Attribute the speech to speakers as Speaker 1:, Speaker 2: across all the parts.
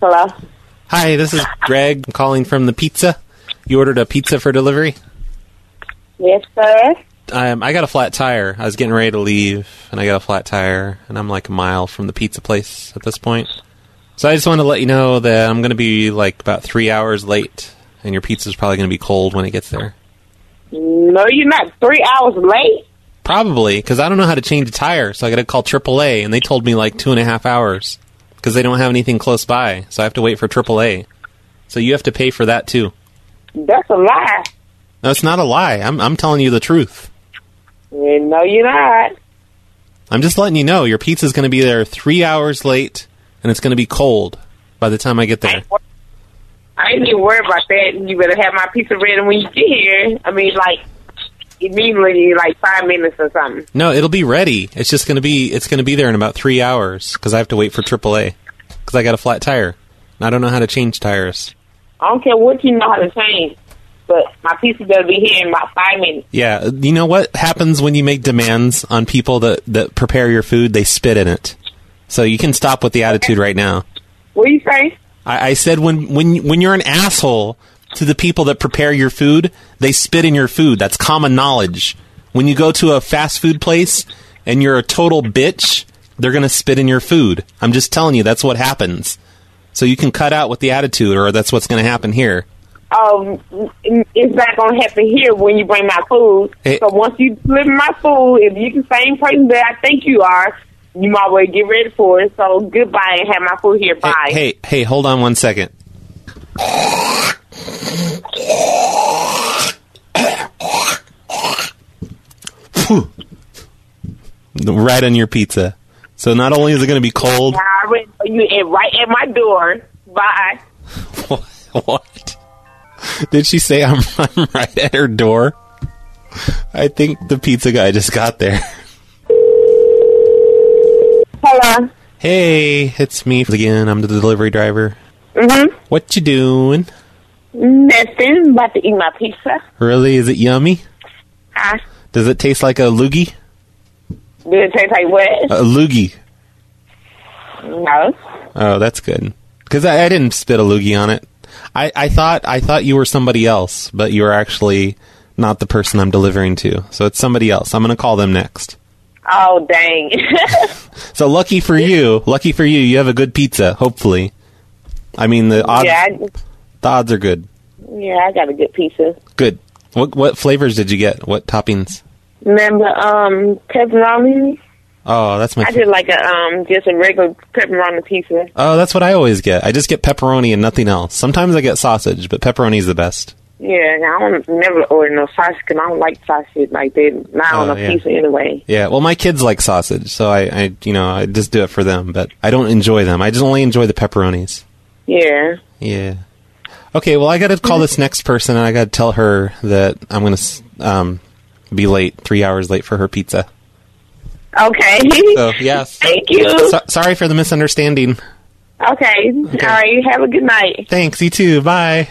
Speaker 1: Hello.
Speaker 2: Hi, this is Greg. I'm calling from the pizza. You ordered a pizza for delivery.
Speaker 1: Yes, sir.
Speaker 2: Um, I got a flat tire. I was getting ready to leave, and I got a flat tire, and I'm like a mile from the pizza place at this point. So I just wanted to let you know that I'm going to be like about three hours late, and your pizza's probably going to be cold when it gets there.
Speaker 1: No, you're not. Three hours late.
Speaker 2: Probably because I don't know how to change a tire, so I got to call AAA, and they told me like two and a half hours because they don't have anything close by, so I have to wait for AAA. So you have to pay for that too.
Speaker 1: That's a lie.
Speaker 2: No, it's not a lie. I'm I'm telling you the truth.
Speaker 1: Eh, No, you're not.
Speaker 2: I'm just letting you know your pizza's going to be there three hours late, and it's going to be cold by the time I get there.
Speaker 1: I ain't even worried about that. You better have my pizza ready when you get here. I mean, like immediately, like five minutes or something.
Speaker 2: No, it'll be ready. It's just going to be it's going to be there in about three hours because I have to wait for AAA because I got a flat tire and I don't know how to change tires.
Speaker 1: I don't care what you know how to change, but my pizza better be here in about five minutes.
Speaker 2: Yeah, you know what happens when you make demands on people that that prepare your food? They spit in it. So you can stop with the attitude right now.
Speaker 1: What do you say?
Speaker 2: I, I said when when when you're an asshole to the people that prepare your food, they spit in your food. That's common knowledge. When you go to a fast food place and you're a total bitch, they're gonna spit in your food. I'm just telling you, that's what happens. So you can cut out with the attitude, or that's what's gonna happen here.
Speaker 1: Um, it's not gonna happen here when you bring my food.
Speaker 2: Hey.
Speaker 1: so once you deliver my food, if you're the same person that I think you are, you might well get ready for it. So goodbye and have my food here. Bye.
Speaker 2: Hey, hey, hey, hold on one second. Phew. right on your pizza. So not only is it going to be cold,
Speaker 1: I already know you and right at my door. Bye.
Speaker 2: what? Did she say I'm, I'm right at her door? I think the pizza guy just got there.
Speaker 1: Hello.
Speaker 2: Hey, it's me again. I'm the delivery driver. Mm-hmm. What you doing?
Speaker 1: Nothing. About to eat my pizza.
Speaker 2: Really? Is it yummy?
Speaker 1: Ah,
Speaker 2: Does it taste like a loogie?
Speaker 1: did it taste like what?
Speaker 2: A loogie.
Speaker 1: no.
Speaker 2: Oh, that's good. Because I, I didn't spit a loogie on it. I, I thought I thought you were somebody else, but you were actually not the person I'm delivering to. So it's somebody else. I'm gonna call them next.
Speaker 1: Oh dang.
Speaker 2: So lucky for you, lucky for you, you have a good pizza. Hopefully, I mean the odds
Speaker 1: yeah, I,
Speaker 2: the odds are good.
Speaker 1: yeah, I got a good pizza.
Speaker 2: Good. What what flavors did you get? What toppings?
Speaker 1: Remember, um, pepperoni?
Speaker 2: Oh, that's my.
Speaker 1: I
Speaker 2: fa-
Speaker 1: did like a um, just a regular pepperoni pizza.
Speaker 2: oh, that's what I always get. I just get pepperoni and nothing else. Sometimes I get sausage, but pepperoni's the best.
Speaker 1: Yeah, and I don't never order no sausage 'cause I don't like sausage like that. Not on
Speaker 2: Oh,
Speaker 1: a
Speaker 2: yeah.
Speaker 1: pizza anyway.
Speaker 2: Yeah, well, my kids like sausage, so I, I, you know, I just do it for them. But I don't enjoy them. I just only enjoy the pepperonis.
Speaker 1: Yeah.
Speaker 2: Yeah. Okay. Well, I got to call this next person, and I got to tell her that I'm going to um, be late, three hours late for her pizza.
Speaker 1: Okay.
Speaker 2: So yes.
Speaker 1: Thank you.
Speaker 2: So, sorry for the misunderstanding.
Speaker 1: okay. All right. Have a good night.
Speaker 2: Thanks. You too. Bye.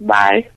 Speaker 1: Bye.